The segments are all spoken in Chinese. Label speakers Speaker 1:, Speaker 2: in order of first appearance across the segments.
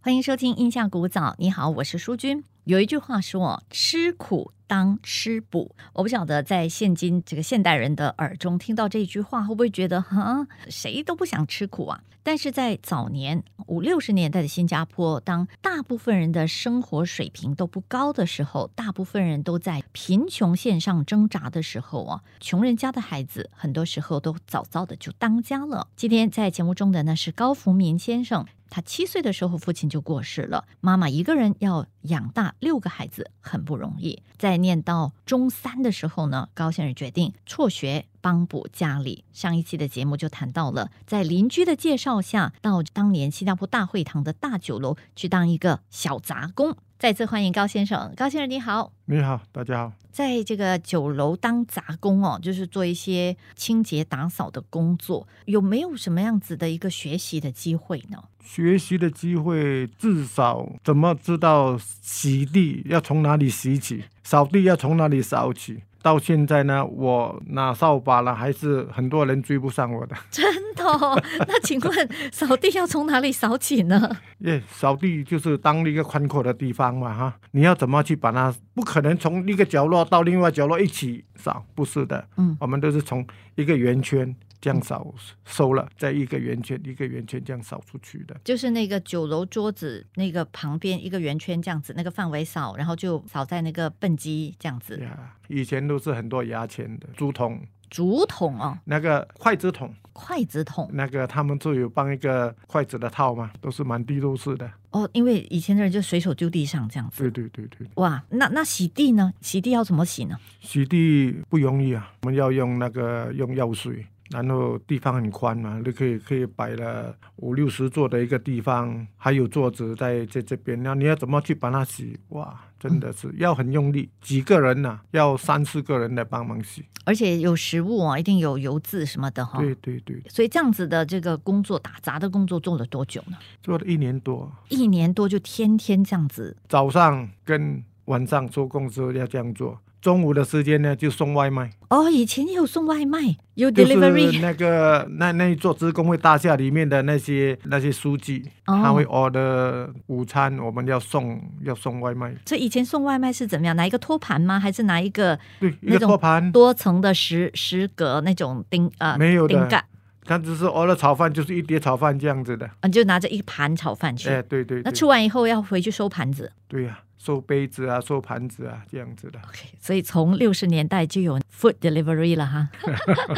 Speaker 1: 欢迎收听《印象古早》，你好，我是淑君。有一句话说：“吃苦当吃补。”我不晓得在现今这个现代人的耳中听到这句话，会不会觉得哈，谁都不想吃苦啊？但是在早年五六十年代的新加坡，当大部分人的生活水平都不高的时候，大部分人都在贫穷线上挣扎的时候啊，穷人家的孩子很多时候都早早的就当家了。今天在节目中的呢是高福民先生。他七岁的时候，父亲就过世了，妈妈一个人要养大六个孩子，很不容易。在念到中三的时候呢，高先生决定辍学帮补家里。上一期的节目就谈到了，在邻居的介绍下，到当年新加坡大会堂的大酒楼去当一个小杂工。再次欢迎高先生，高先生你好。
Speaker 2: 你好，大家好。
Speaker 1: 在这个酒楼当杂工哦，就是做一些清洁打扫的工作，有没有什么样子的一个学习的机会呢？
Speaker 2: 学习的机会至少怎么知道洗地要从哪里洗起，扫地要从哪里扫起。到现在呢，我拿扫把了，还是很多人追不上我的。
Speaker 1: 真的、哦？那请问扫地要从哪里扫起呢？
Speaker 2: 耶、扫地就是当一个宽阔的地方嘛，哈，你要怎么去把它？不可能从一个角落到另外角落一起扫，不是的。
Speaker 1: 嗯，
Speaker 2: 我们都是从一个圆圈这样扫收了，再一个圆圈一个圆圈这样扫出去的。
Speaker 1: 就是那个酒楼桌子那个旁边一个圆圈这样子，那个范围扫，然后就扫在那个笨鸡这样子，
Speaker 2: 呀，以前都是很多牙签的竹筒，
Speaker 1: 竹筒哦，
Speaker 2: 那个筷子筒，
Speaker 1: 筷子筒
Speaker 2: 那个他们就有帮一个筷子的套嘛，都是满地都是的。
Speaker 1: 哦，因为以前的人就随手丢地上这样子。
Speaker 2: 对对对对，
Speaker 1: 哇，那那洗地呢？洗地要怎么洗呢？
Speaker 2: 洗地不容易啊，我们要用那个用药水。然后地方很宽嘛，你可以可以摆了五六十座的一个地方，还有桌子在在这边。那你要怎么去把它洗？哇，真的是要很用力，几个人呐、要三四个人来帮忙洗。
Speaker 1: 而且有食物啊，一定有油渍什么的哈、
Speaker 2: 对对对，
Speaker 1: 所以这样子的这个工作打杂的工作做了多久呢？
Speaker 2: 做了一年多，
Speaker 1: 一年多就天天这样子，
Speaker 2: 早上跟晚上收工之后要这样做，中午的时间呢就送外卖，
Speaker 1: 哦，以前也有送外卖，有
Speaker 2: 就是
Speaker 1: delivery，、
Speaker 2: 那个那那一座职工会大厦里面的那些那些书记，
Speaker 1: 哦
Speaker 2: 他会 order 午餐，我们要送要送外卖，
Speaker 1: 所以以前送外卖是怎么样？拿一个托盘吗？还是拿一个
Speaker 2: 对，一
Speaker 1: 那
Speaker 2: 个
Speaker 1: 种
Speaker 2: 托盘
Speaker 1: 多层的石石格那种钉呃
Speaker 2: 嗯没有
Speaker 1: 钉
Speaker 2: 的，
Speaker 1: 盖？
Speaker 2: 他只是 order 炒饭就是一碟炒饭这样子的，
Speaker 1: 啊，你就拿着一盘炒饭去。
Speaker 2: 哎，对对
Speaker 1: 那吃
Speaker 2: 对，
Speaker 1: 完以后要回去收盘子。
Speaker 2: 对呀、收杯子啊，收盘子啊，这样子的。
Speaker 1: OK，所以从六十年代就有 food delivery 了哈。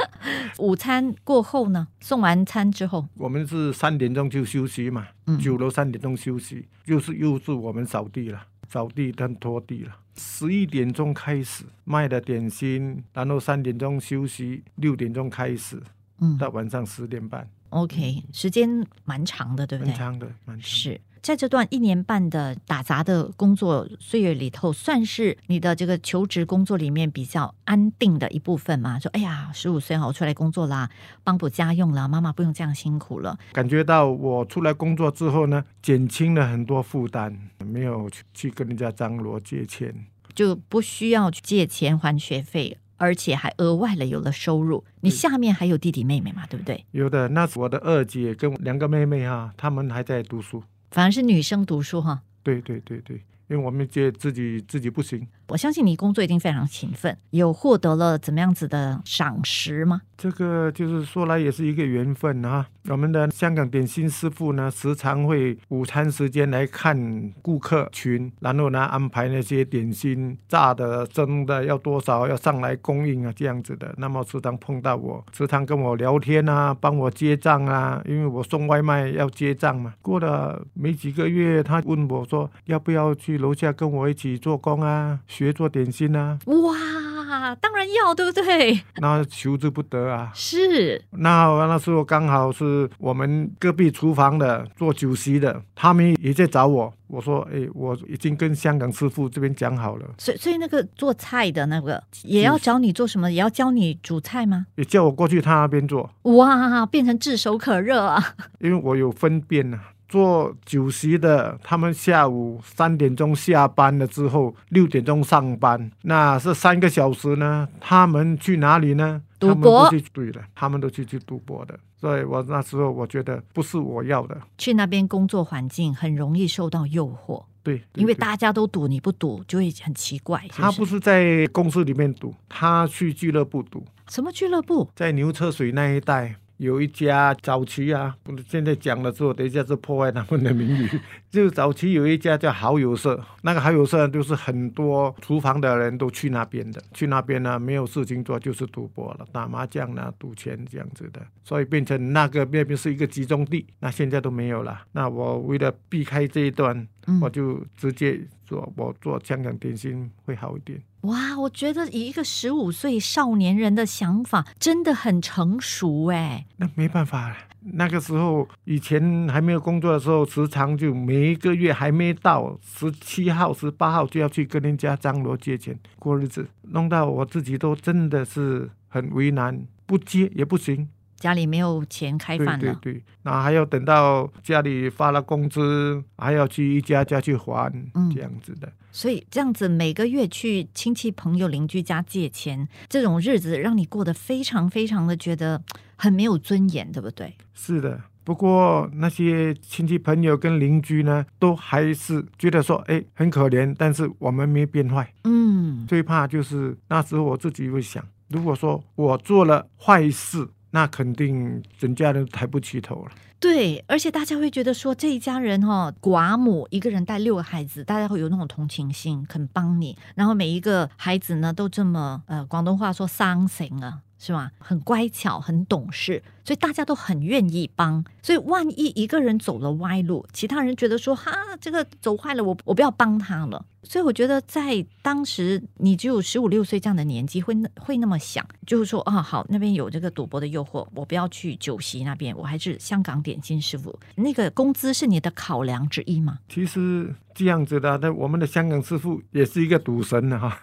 Speaker 1: 午餐过后呢，送完餐之后，
Speaker 2: 我们是三点钟就休息嘛，
Speaker 1: 嗯
Speaker 2: 酒楼三点钟休息，又是又是我们扫地了，扫地跟拖地了。十一点钟开始卖的点心，然后三点钟休息，六点钟开始
Speaker 1: 嗯
Speaker 2: 到晚上十点半，
Speaker 1: ，OK，时间蛮长的，对不
Speaker 2: 很
Speaker 1: 对？
Speaker 2: 长的，蛮长的。
Speaker 1: 是在这段一年半的打杂的工作岁月里头，算是你的这个求职工作里面比较安定的一部分嘛？说，哎呀，十五岁哈，我出来工作啦，帮补家用啦，妈妈不用这样辛苦了。
Speaker 2: 感觉到我出来工作之后呢，减轻了很多负担，没有去去跟人家张罗借钱。
Speaker 1: 就不需要去借钱还学费，而且还额外的有了收入。你下面还有弟弟妹妹嘛，对不对？
Speaker 2: 有的，那是我的二姐跟两个妹妹哈、她们还在读书。
Speaker 1: 反而是女生读书哈。
Speaker 2: 对对对对，因为我们姐自己自己不行。
Speaker 1: 我相信你工作一定非常勤奋，有获得了怎么样子的赏识吗？
Speaker 2: 这个就是说来也是一个缘分啊。我们的香港点心师傅呢，时常会午餐时间来看顾客群，然后呢安排那些点心炸的、蒸的要多少，要上来供应啊这样子的。那么时常碰到我，时常跟我聊天啊，帮我结账啊，因为我送外卖要结账嘛。过了没几个月，他问我说要不要去楼下跟我一起做工啊，学做点心啊，
Speaker 1: 哇，当然要，对不对？
Speaker 2: 那求之不得啊。
Speaker 1: 是，
Speaker 2: 那那时候刚好是我们隔壁厨房的做酒席的，他们也在找我。我说：“哎，我已经跟香港师傅这边讲好了，
Speaker 1: 所以所以那个做菜的那个也要找你做什么？也要教你煮菜吗？
Speaker 2: 也叫我过去他那边做，
Speaker 1: 哇，变成炙手可热啊！
Speaker 2: 因为我有分辨呐、做酒席的，他们下午三点钟下班了之后，六点钟上班，那是三个小时呢。他们去哪里呢？
Speaker 1: 赌
Speaker 2: 他们
Speaker 1: 博
Speaker 2: 都去对了，他们都去去赌博的。所以我那时候我觉得不是我要的，
Speaker 1: 去那边工作环境很容易受到诱惑，
Speaker 2: 对，对
Speaker 1: 因为
Speaker 2: 对
Speaker 1: 大家都赌，你不赌就会很奇怪。是
Speaker 2: 他不
Speaker 1: 不是
Speaker 2: 是在公司里面赌，他去俱乐部赌，
Speaker 1: 什么俱乐部，
Speaker 2: 在牛车水那一带。有一家早期啊，不是现在讲了之后，等一下是破坏他们的名誉。就早期有一家叫好友社，那个好友社就是很多厨房的人都去那边的，去那边呢没有事情做就是赌博了，打麻将啊，赌钱这样子的，所以变成那个那边是一个集中地，那现在都没有了。那我为了避开这一段，
Speaker 1: 嗯
Speaker 2: 我就直接做我做香港点心会好一点。
Speaker 1: 哇，我觉得以一个十五岁少年人的想法，真的很成熟哎。
Speaker 2: 那没办法了。那个时候，以前还没有工作的时候，时常就每一个月还没到十七号、十八号就要去跟人家张罗借钱过日子，弄到我自己都真的是很为难，不借也不行。
Speaker 1: 家里没有钱开
Speaker 2: 对
Speaker 1: 饭
Speaker 2: 对
Speaker 1: 了，
Speaker 2: 对，那还要等到家里发了工资，还要去一家家去还，
Speaker 1: 嗯
Speaker 2: 这样子的。
Speaker 1: 所以这样子每个月去亲戚朋友邻居家借钱，这种日子让你过得非常非常的觉得很没有尊严，对不对？
Speaker 2: 是的，不过那些亲戚朋友跟邻居呢，都还是觉得说，哎，很可怜，但是我们没变坏。
Speaker 1: 嗯，
Speaker 2: 最怕就是那时候我自己会想，如果说我做了坏事，那肯定人家都抬不起头了。
Speaker 1: 对，而且大家会觉得说这一家人哦，寡母一个人带六个孩子，大家会有那种同情心，肯帮你。然后每一个孩子呢，都这么呃，广东话说“伤心”啊，是吧？很乖巧，很懂事，所以大家都很愿意帮。所以万一一个人走了歪路，其他人觉得说哈，这个走坏了，我我不要帮他了。所以我觉得，在当时你只有十五六岁这样的年纪，会那会那么想，就是说啊，好，那边有这个赌博的诱惑，我不要去酒席那边，我还是香港点心师傅。那个工资是你的考量之一吗？
Speaker 2: 其实这样子的，那我们的香港师傅也是一个赌神的 哈，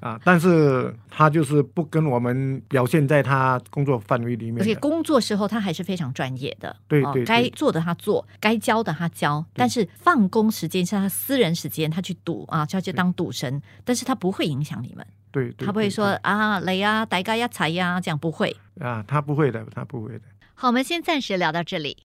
Speaker 2: 啊，但是他就是不跟我们表现在他工作范围里
Speaker 1: 而
Speaker 2: 面
Speaker 1: 且
Speaker 2: 的。
Speaker 1: 工作时候他还是非常专业的，哦
Speaker 2: 对对对
Speaker 1: 该做的他做，该教的他教，但是放工时间是他私人时间，他去赌啊，他去当赌神，但是他不会影响你们，
Speaker 2: 对对对
Speaker 1: 他不会说啊来呀、大家一齐呀、这样不会。
Speaker 2: 啊，他不会的，他不会的。
Speaker 1: 好，我们先暂时聊到这里。